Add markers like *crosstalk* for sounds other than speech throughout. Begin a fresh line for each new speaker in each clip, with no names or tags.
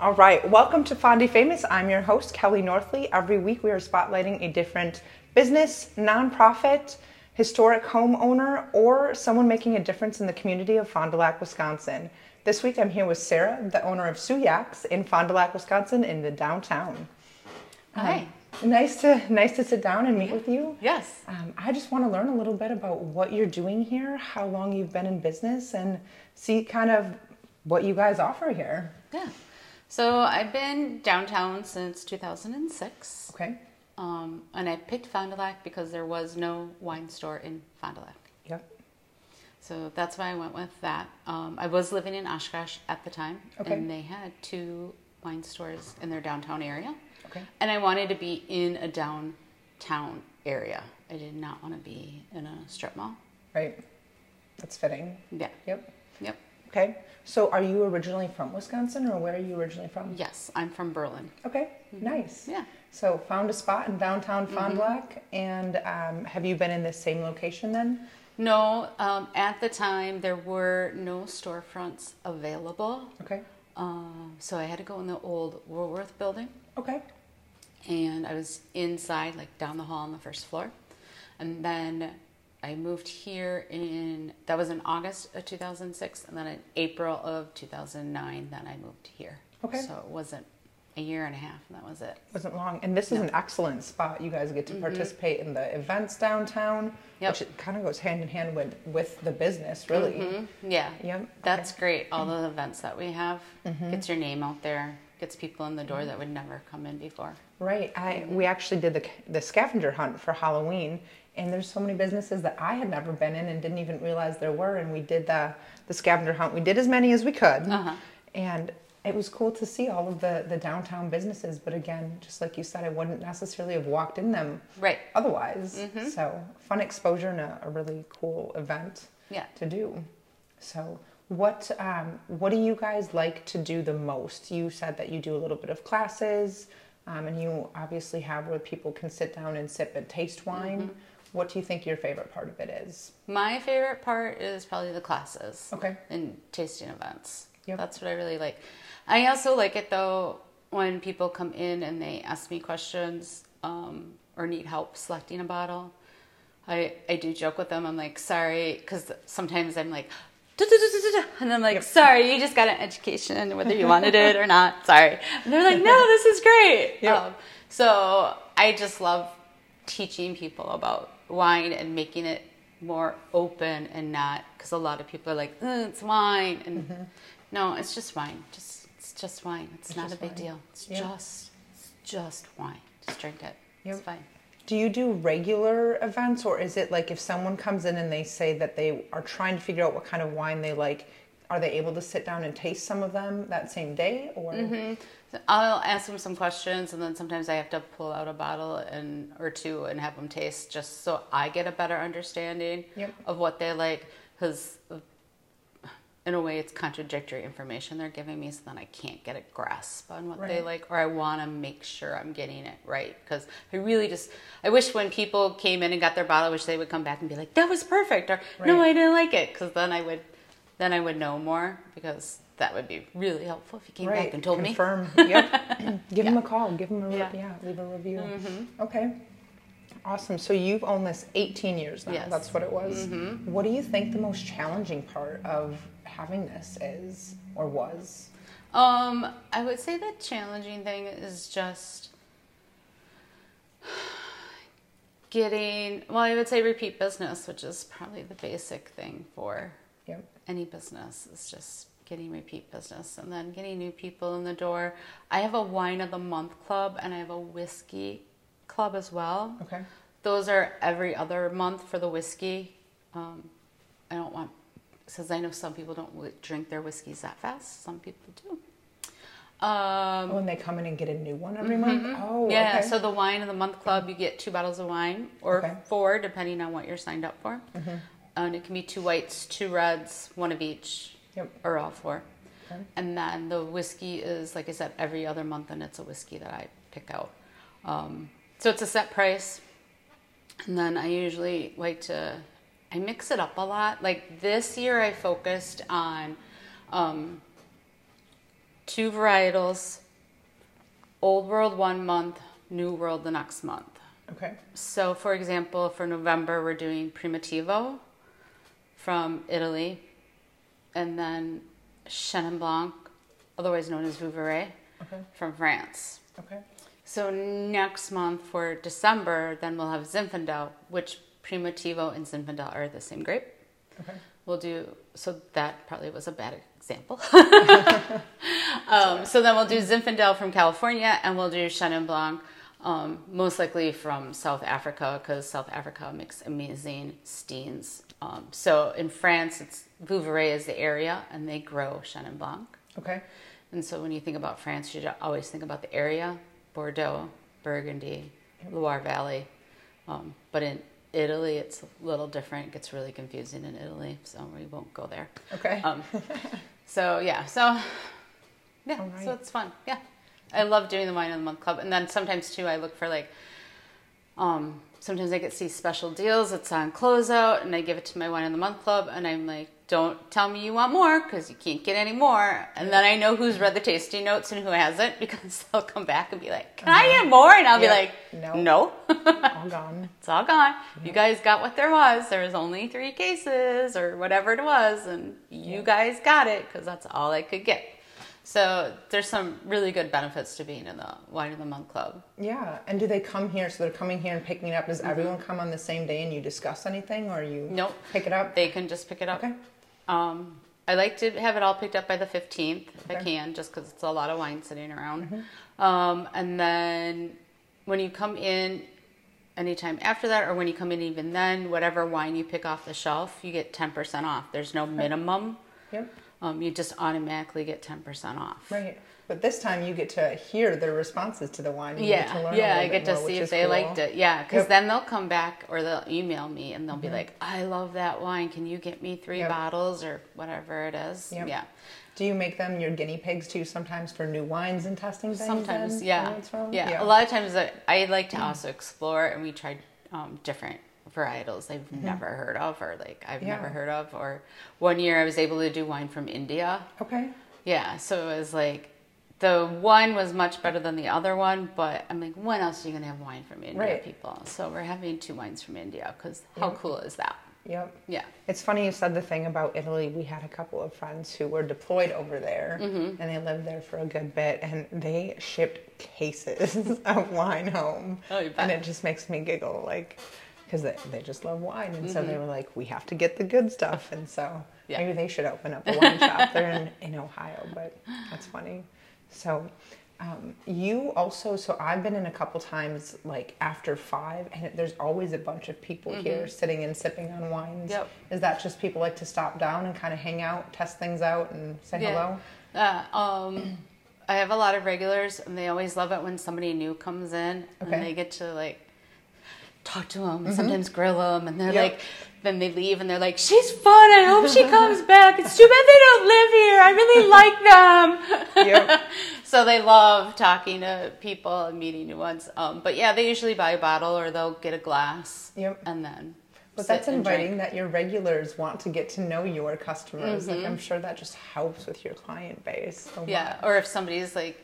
All right, welcome to Fondy Famous. I'm your host, Kelly Northley. Every week we are spotlighting a different business, nonprofit, historic homeowner, or someone making a difference in the community of Fond du Lac, Wisconsin. This week I'm here with Sarah, the owner of Suyaks in Fond du Lac, Wisconsin, in the downtown. Um,
Hi.
Nice to nice to sit down and meet with you.
Yes.
Um, I just want to learn a little bit about what you're doing here, how long you've been in business, and see kind of what you guys offer here.
Yeah. So I've been downtown since 2006.
Okay.
Um, and I picked Fond du Lac because there was no wine store in Fond du Lac.
Yep.
So that's why I went with that. Um, I was living in Oshkosh at the time,
Okay.
and they had two wine stores in their downtown area.
Okay.
And I wanted to be in a downtown area. I did not want to be in a strip mall.
Right. That's fitting.
Yeah.
Yep.
Yep.
Okay. So are you originally from Wisconsin or where are you originally from?
Yes, I'm from Berlin.
Okay. Nice.
Yeah.
So found a spot in downtown Fond du Lac, and um, have you been in this same location then?
No, um, at the time there were no storefronts available.
Okay.
Um, so I had to go in the old Woolworth building,
Okay.
and I was inside, like down the hall on the first floor. And then I moved here in that was in August of 2006, and then in April of 2009, then I moved here.
Okay.
So it wasn't a year and a half, and that was it.
Wasn't long, and this is an excellent spot. You guys get to participate in the events downtown,
Yep.
which kind of goes hand in hand with with the business, really.
Mm-hmm. Yeah.
Yep. Okay. Mm-hmm.
That's great. All the events that we have gets your name out there, gets people in the door that would never come in before.
Right. I we actually did the the scavenger hunt for Halloween, and there's so many businesses that I had never been in and didn't even realize there were. And we did the the scavenger hunt. We did as many as we could,
Uh-huh.
and it was cool to see all of the the downtown businesses. But again, just like you said, I wouldn't necessarily have walked in them
Right.
otherwise. So fun exposure and a, a really cool event
Yeah.
to do. So what um, what do you guys like to do the most? You said that you do a little bit of classes, um, and you obviously have where people can sit down and sip and taste wine. What do you think your favorite part of it is?
My favorite part is probably the classes.
Okay.
And tasting events.
Yep.
That's what I really like. I also like it though when people come in and they ask me questions um, or need help selecting a bottle. I, I do joke with them. I'm like, sorry, because sometimes I'm like, "Duh, duh, duh, duh, duh, duh," and I'm like, sorry, you just got an education, whether you wanted it or not. Sorry. And they're like, no, this is great. Um,
Yep.
so I just love teaching people about wine and making it more open and not because a lot of people are like, "Uh, it's wine, and
Mm-hmm.
no, it's just wine. Just it's just wine. It's, not a
just
big
wine.
deal. It's
Yeah.
just it's just wine. Just drink it. It's
Yep.
fine.
Do you do regular events, or is it like if someone comes in and they say that they are trying to figure out what kind of wine they like, are they able to sit down and taste some of them that same day? Or
Mm-hmm. So I'll ask them some questions, and then sometimes I have to pull out a bottle and or two and have them taste just so I get a better understanding
Yep.
of what they like. Because in a way, it's contradictory information they're giving me, so then I can't get a grasp on what they
Right.
like, or I want to make sure I'm getting it right. Because I really just I wish when people came in and got their bottle, I wish they would come back and be like, "That was perfect," or "No,
Right.
I didn't like it," because then I would then I would know more because. That would be really helpful if you came back and told me. *laughs*
confirm. Yep. give them a call. Give them a re- yeah.
Yeah.
Leave a review. Okay. Awesome. So you've owned this 18 years now.
Yes.
That's what it was. What do you think the most challenging part of having this is or was?
Um, I would say the challenging thing is just getting, well, I would say repeat business, which is probably the basic thing for
Yep.
any business, is just getting repeat business and then getting new people in the door. I have a wine of the month club and I have a whiskey club as well.
Okay.
Those are every other month for the whiskey. Um, I don't want, because I know some people don't w- drink their whiskeys that fast. Some people do. Um,
When they come in and get a new one every month? Oh,
yeah,
okay.
so the wine of the month club, you get two bottles of wine or
Okay.
four, depending on what you're signed up for.
Mm-hmm.
And it can be two whites, two reds, one of each,
Yep.
or all four.
Okay.
And then the whiskey is, like I said, every other month, and it's a whiskey that I pick out. Um, so it's a set price. And then I usually like to, I mix it up a lot. Like this year, I focused on um, two varietals, Old World one month, New World the next month.
Okay.
So, for example, for November, we're doing Primitivo from Italy, and then Chenin Blanc, otherwise known as Vouvray,
Okay.
from France.
Okay.
So next month for December, then we'll have Zinfandel, which Primitivo and Zinfandel are the same grape.
Okay.
We'll do so that probably was a bad example. *laughs* um, so then we'll do Zinfandel from California, and we'll do Chenin Blanc, um, most likely from South Africa because South Africa makes amazing steens. Um, so in France, it's Vouvray is the area, and they grow Chenin Blanc.
Okay.
And so when you think about France, you should always think about the area Bordeaux, Burgundy, Loire Valley. Um, but in Italy, it's a little different. It gets really confusing in Italy, so we won't go there.
Okay.
Um, so, yeah, so yeah,
All right.
so it's fun. Yeah. I love doing the Wine of the Month Club. And then sometimes, too, I look for like, um, sometimes I get see special deals. It's on closeout, and I give it to my Wine of the Month Club, and I'm like, don't tell me you want more because you can't get any more. And then I know who's read the tasting notes and who hasn't *laughs* because they'll come back and be like, can I get more? And I'll
Uh-huh. Yeah.
be
No.
like, no,
*laughs*
*laughs*
All gone.
it's all gone. You guys got what there was. There was only three cases or whatever it was, and you guys got it because that's all I could get. So there's some really good benefits to being in the Wine of the Month Club.
Yeah. And do they come here? So they're coming here and picking it up. Does everyone come on the same day and you discuss anything or you
Mm-hmm. Nope.
pick it up?
They can just pick it up.
Okay.
Um, I like to have it all picked up by the 15th if
Okay.
I
Mm-hmm.
can, just because it's a lot of wine sitting around. Um, and then when you come in anytime after that, or when you come in even then, whatever wine you pick off the shelf, you get 10% off. There's no minimum.
Yep.
Um, you just automatically get 10% off.
Right. But this time you get to hear their responses to the wine. You get to
Yeah,
learn a
yeah,
little
I
bit
get to
more,
see
which
if
is
they
cool.
liked it. Yeah, because
Yep.
then they'll come back or they'll email me and they'll be like, "I love that wine. Can you get me three
Yep.
bottles or whatever it is?"
Yep.
Yeah,
Do you make them your guinea pigs too sometimes for new wines and testing things?
sometimes,
then,
yeah.
where it's from?
yeah, A lot of times I, I like
Mm.
to also explore, and we tried um, different varietals I've never heard of, or like I've
Mm-hmm. Yeah.
never heard of. Or one year I was able to do wine from India.
Okay.
Yeah, so it was like the one was much better than the other one, but I'm like, when else are you gonna have wine from India,
Right.
people? So we're having two wines from India because how cool is that?
Yep.
Yeah,
It's funny you said the thing about Italy. We had a couple of friends who were deployed over there
Mm-hmm.
and they lived there for a good bit and they shipped cases *laughs* of wine home.
Oh, you
And
bet.
it just makes me giggle, like, because they, they just love wine. And so they were like, we have to get the good stuff. And so
Mm-hmm. Yeah.
maybe they should open up a wine shop. *laughs* They're in, in Ohio, but that's funny. So um, you also, so I've been in a couple times like after five, and there's always a bunch of people here sitting and sipping on wines.
Mm-hmm. Yep.
Is that just people like to stop down and kind of hang out, test things out, and say hello?
Yeah. Uh, um, I have a lot of regulars, and they always love it when somebody new comes in
Okay. Mm-hmm.
and they get to like talk to them, sometimes grill them, and they're
Yep.
like, then they leave and they're like, she's fun. I hope she comes back. It's too bad they don't live here. I really
*laughs*
like them. *laughs*
Yep.
so they love talking to people and meeting new ones. Um, but yeah, they usually buy a bottle or they'll get a glass.
Yep.
And then.
But
sit
that's
and drink.
inviting that your regulars want to get to know your customers. Like I'm sure that just helps with your client base. Oh, a lot.
Mm-hmm. Yeah. Or if somebody's like,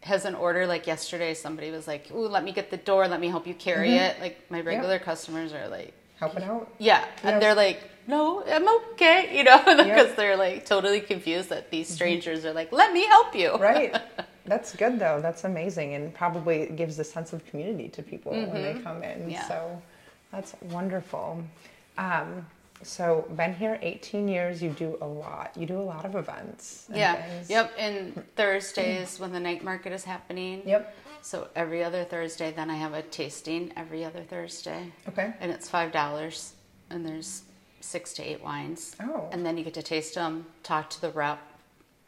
has an order like yesterday, somebody was like, Ooh, let me get the door. Let me help you carry
Mm-hmm.
it. Like, my regular customers are like,
Helping out.
Yeah. And
Yeah.
they're like, no, I'm okay. *laughs* You know, because
Yep. Mm-hmm.
they're like totally confused that these strangers are like, let me help you.
Right. *laughs* That's good though. That's amazing and probably gives a sense of community to people when they come in.
Mm-hmm. Yeah.
So that's wonderful. Um, so been here 18 years. You do a lot. You do a lot of events. and
Yeah.
things.
Yep. And Thursdays when the night market is happening.
Yep.
So every other Thursday, then I have a tasting every other Thursday,
Okay.
and it's five dollars, and there's six to eight wines.
Oh.
And then you get to taste them, talk to the rep,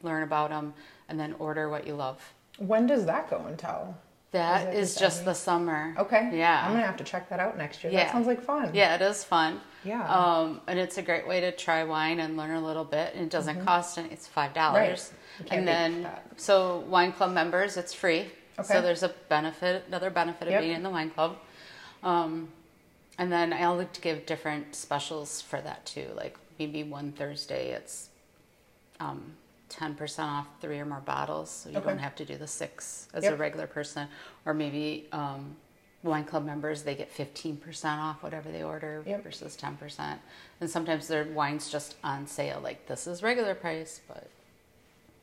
learn about them, and then order what you love.
When does that go until? Is
That
that
is
just
just the summer.
Okay.
Yeah.
I'm gonna have to check that out next year. That
Yeah.
sounds like fun.
Yeah, it is fun.
Yeah.
Um, and it's a great way to try wine and learn a little bit. And it doesn't cost any, it's $5.
Mm-hmm. You can't
And
beat
then,
that.
so wine club members, it's free.
Okay.
So there's a benefit, another benefit of
Yep.
being in the wine club. Um, and then I like to give different specials for that too. Like maybe one Thursday it's um, 10% off three or more bottles. So you
Okay.
don't have to do the six as a
Yep.
regular person. Or maybe um, wine club members, they get 15% off whatever they order
Yep.
versus 10%. And sometimes their wine's just on sale. Like this is regular price, but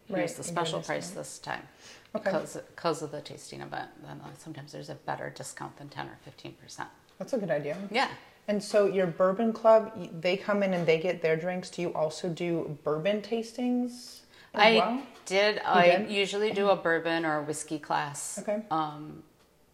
here's
Right,
the
you get a
special price
discount.
this time.
Okay.
Because, because of the tasting event, then uh, sometimes there's a better discount than 10 or 15%.
That's a good idea.
Yeah.
And so your bourbon club, y- they come in and they get their drinks. Do you also do bourbon tastings as
I
well?
did. I
did?
usually do a bourbon or a whiskey class.
Okay.
Um,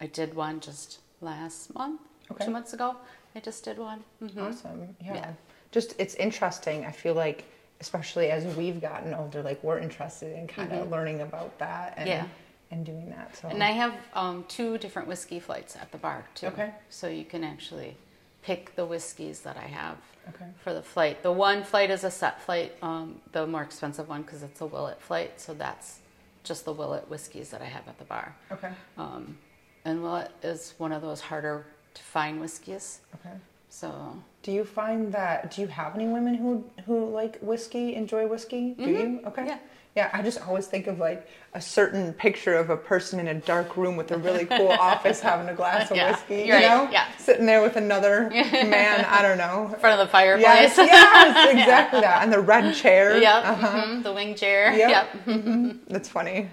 I did one just last month,
Okay.
two months ago. I just did one. Mhm.
Awesome. Yeah.
Yeah.
Just it's interesting. I feel like especially as we've gotten older, like we're interested in kind of learning about that and
Mm-hmm. Yeah.
and doing that. So
And I have um, two different whiskey flights at the bar too.
Okay.
So you can actually pick the whiskeys that I have
Okay.
for the flight. The one flight is a set flight, um, the more expensive one because it's a Willet flight. So that's just the Willet whiskeys that I have at the bar.
Okay.
Um, and Willet is one of those harder to find whiskeys.
Okay.
So
Do you find that do you have any women who who like whiskey, enjoy whiskey? Do you? Okay.
Mm-hmm. Yeah.
Yeah, I just always think of like a certain picture of a person in a dark room with a really
*laughs*
cool office having a glass of
Yeah,
whiskey, you
you're right,
know?
yeah.
Sitting there with
*laughs*
another man, I don't know.
in front of the fireplace.
Yes, yes, exactly that. And the
*laughs*
red chair.
Yep. mhm, The wing chair.
Uh-huh. Yep.
Yep. *laughs*
Mhm. That's funny.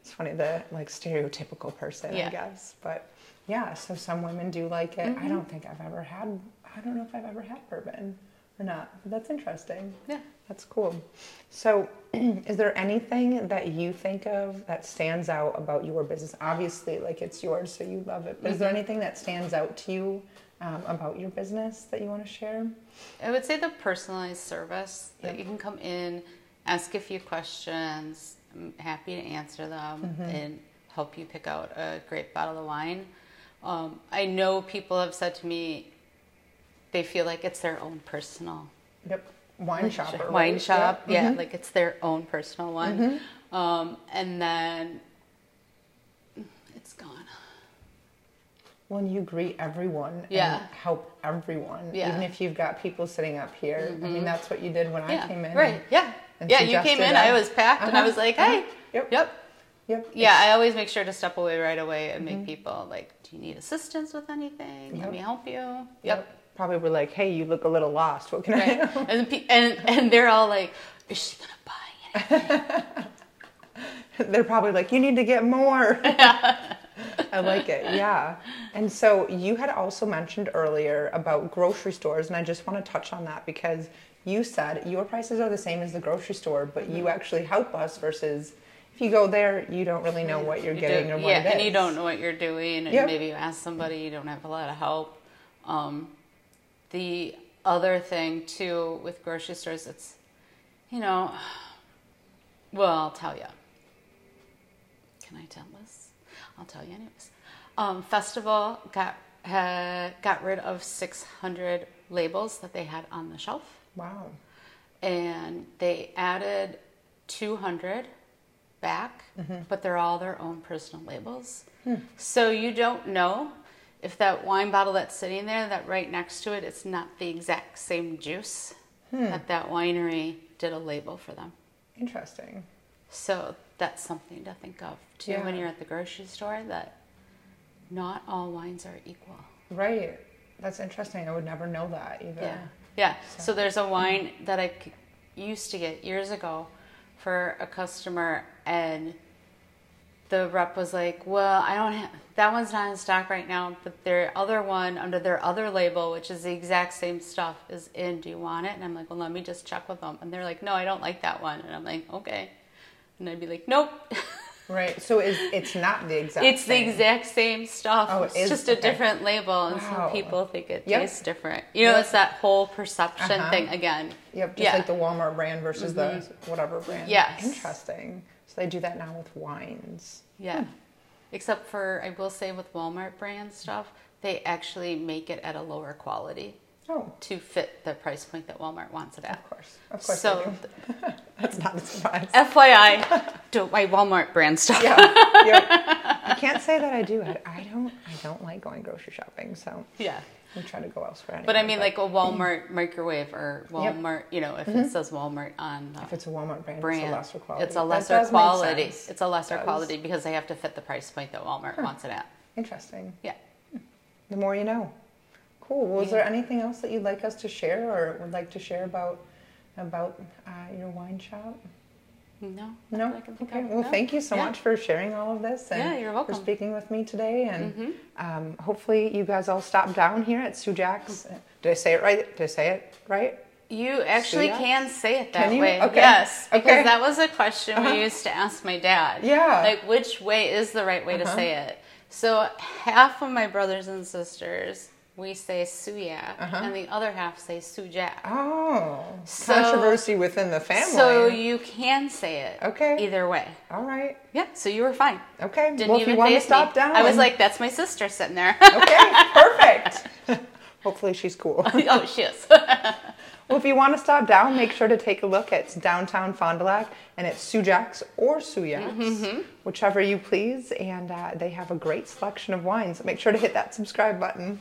It's funny the like stereotypical person, I
Yeah. Mm-hmm.
guess. But yeah, so some women do like it. I don't think I've ever had. I don't know if I've ever had bourbon or not. But that's interesting.
Yeah.
That's cool. So, *clears throat* is there anything that you think of that stands out about your business? Obviously, like it's yours, so you love it. But is
Mm-hmm.
there anything that stands out to you um, about your business that you want to share?
I would say the personalized service that
Yep.
you can come in, ask a few questions. I'm happy to answer them
Mm-hmm.
and help you pick out a great bottle of wine. Um, I know people have said to me they feel like it's their own personal
Yep. Wine shopper.
wine
right?
shop.
Yep.
Yeah,
Mhm.
like it's their own personal one.
Mm-hmm.
Um, and then it's gone.
When you greet everyone
Yeah.
and help everyone,
Yeah.
even if you've got people sitting up here, I mean, that's what you did when I came in.
Right. Yeah.
and
yeah, you came
suggested
in,
that.
I was packed and I
Uh-huh,
was like,
uh-huh.
hey.
Yep.
Yep.
Yep.
Yeah, I always make sure to step away right away and make people like, do you need assistance with anything?
Mm-hmm. Yep.
Let me help you. Yep.
Yep. Probably were like, hey, you look a little lost. What can *laughs* I
*laughs* Right. and, the pe- and and they're all like, is she gonna buy anything?
*laughs* They're probably like, you need to get
*laughs*
more. I like it. Yeah. And so you had also mentioned earlier about grocery stores, and I just want to touch on that because you said your prices are the same as the grocery store, but
Mm-hmm.
you actually help us versus if you go there, you don't really know what you're
You
getting
do-
or what
yeah,
it is.
and you don't know what you're doing, and
Yep.
maybe you ask somebody, you don't have a lot of help. Um, the other thing too with grocery stores, it's, you know, well, I'll tell you. Can I tell this? I'll tell you anyways. Um, Festival got had, got rid of 600 labels that they had on the shelf
Wow.
and they added 200 back, but they're all their own personal labels. So you don't know if that wine bottle that's sitting there, that right next to it, it's not the exact same juice that that winery did a label for them.
Interesting.
So that's something to think of too when
Yeah.
you're at the grocery store that not all wines are equal.
Right. That's interesting. I would never know that either.
Yeah. Yeah. So, there's a wine that I c- used to get years ago for a customer, and the rep was like, Well, I don't have that one's not in stock right now, but their other one under their other label, which is the exact same stuff, is in. Do you want it? And I'm like, Well, let me just check with them. And they're like, No, I don't like that one. And I'm like, Okay. And I'd be like, Nope. *laughs*
Right. So is it's not the exact
It's the
same.
exact same stuff.
Oh, it
it's
is?
just a
Okay.
different label, and
Wow.
some people think it
Yep.
tastes different. You know,
Yep.
it's that whole perception
Uh-huh.
thing again.
Yep, just
yeah. Mm-hmm.
like the Walmart brand versus the whatever brand.
Yes.
Interesting. So they do that now with wines.
yeah. Except for, I will say, with Walmart brand stuff, they actually make it at a lower quality
Oh,
to fit the price point that Walmart wants it at.
of course. Of course. they
so,
do. *laughs*
*laughs*
That's not a surprise.
FYI, don't buy Walmart brand stuff.
yeah. Yep. I can't say that I do. I, I don't. I don't like going grocery shopping, so
Yeah.
we try to go elsewhere.
But I
anyway,
mean, like a Walmart microwave or Walmart, you know, if
Mm-hmm.
it says Walmart on the
if it's a Walmart brand,
brand,
it's a lesser quality.
It's a
That
lesser
does make
quality.
sense.
It's a lesser
Does.
quality because they have to fit the price point that Walmart wants it at.
Interesting. Hmm.
Yeah.
The more you know. Cool. Well, is
Yeah.
there anything else that you'd like us to share, or would like to share about about uh, your wine shop?
No.
No.
I can think
okay.
of-
Well,
no.
thank you so
Yeah.
much for sharing all of this. And
Yeah, you're welcome. Mm-hmm.
For speaking with me today, and um, hopefully you guys all stop down here at Sue Jack's.
Mm-hmm.
Did I say it right? Did I say it right?
You actually
Suya?
can say it
Can
that
you?
way.
Okay.
Yes, because
Okay. Uh-huh.
that was a question we used to ask my dad.
Yeah. Uh-huh.
Like, which way is the right way to say it? So, half of my brothers and sisters, we say Suya,
Uh-huh.
and the other half say Suja.
Oh,
So-
controversy within the family.
So, you can say it
Okay.
either way.
all right.
Yeah, so you were fine.
Okay.
Didn't
well, if
even
you want to
faze me.
stop down,
I was like, that's my sister sitting there.
okay,
*laughs*
perfect. *laughs* Hopefully she's cool.
oh, she is.
Well, if you want to stop down, make sure to take a look at downtown Fond du Lac and it's Sujak's or Suyak's, whichever you please. And uh, they have a great selection of wines. Make sure to hit that subscribe button.